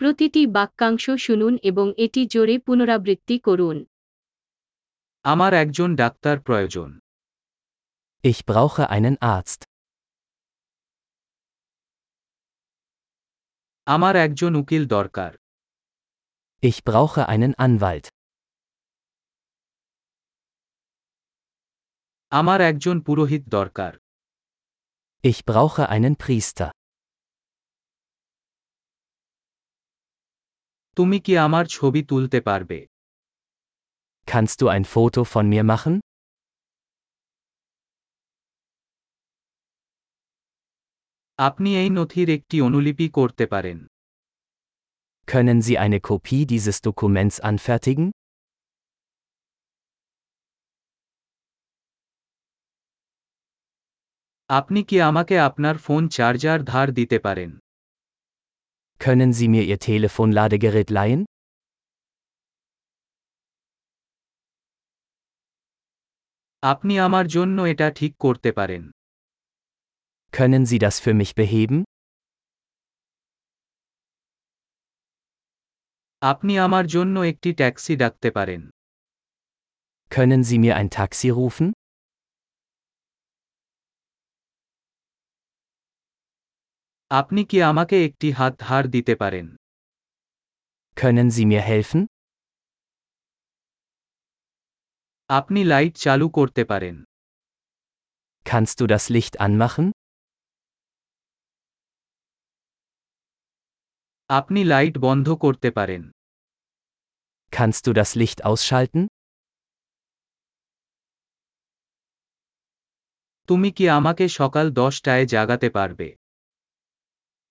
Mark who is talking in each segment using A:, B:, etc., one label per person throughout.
A: প্রতিটি বাক্যাংশ শুনুন এবং এটি জোরে পুনরাবৃত্তি করুন
B: আমার একজন ডাক্তার প্রয়োজন
C: Ich brauche einen Arzt.
B: আমার একজন উকিল দরকার
C: Ich brauche einen Anwalt.
B: আমার একজন পুরোহিত দরকার
C: Ich brauche einen Priester.
B: তুমি কি আমার ছবি তুলতে পারবে
C: Kannst du ein Foto von mir machen?
B: আপনি এই নথির একটি অনুলিপি করতে পারেন
C: Können Sie eine Kopie dieses Dokuments anfertigen?
B: আপনি কি আমাকে আপনার ফোন চার্জার ধার দিতে পারেন
C: Können Sie mir Ihr Telefonladegerät leihen?
B: আপনি আমার জন্য এটা ঠিক করতে পারেন
C: Können Sie das für mich beheben?
B: আপনি আমার জন্য একটি ট্যাক্সি ডাকতে পারেন
C: Können Sie mir ein Taxi rufen?
B: আপনি কি আমাকে একটি হাত ধার দিতে পারেন
C: Können Sie mir helfen?
B: আপনি লাইট চালু করতে পারেন
C: Kannst du das Licht anmachen?
B: আপনি লাইট বন্ধ করতে পারেন
C: Kannst du das Licht ausschalten?
B: তুমি কি আমাকে সকাল দশটায় জাগাতে পারবে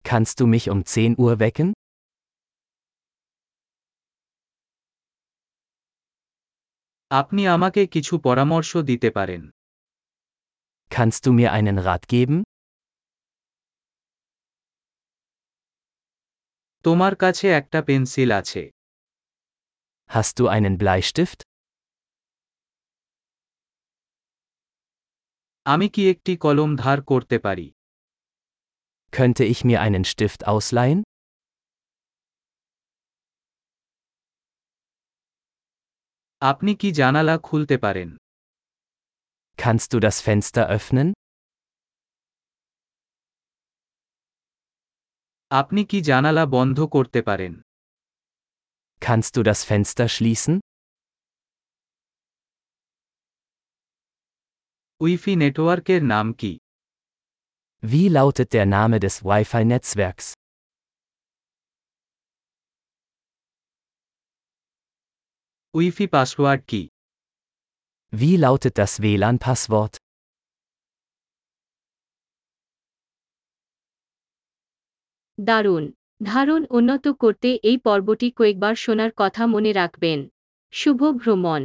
C: Kannst du mich um 10 Uhr wecken?
B: আপনি আমাকে কিছু পরামর্শ দিতে পারেন
C: Kannst du mir einen Rat geben?
B: তোমার কাছে একটা পেন্সিল আছে
C: Hast du einen Bleistift?
B: আমি কি একটি কলম ধার করতে পারি
C: Könnte ich mir einen Stift ausleihen?
B: আপনি কি জানালা খুলতে পারেন
C: Kannst du das Fenster öffnen?
B: আপনি কি জানালা বন্ধ করতে পারেন
C: Kannst du das Fenster schließen?
B: Wifi নেটওয়ার্কের নাম কি
C: Wie lautet der Name des Wi-Fi-Netzwerks?
B: Wifi password কি
C: Wie lautet das WLAN-Passwort?
A: দারুণ ধারণ উন্নত করতে এই পর্বটি কয়েকবার শোনার কথা মনে রাখবেন শুভ ভ্রমণ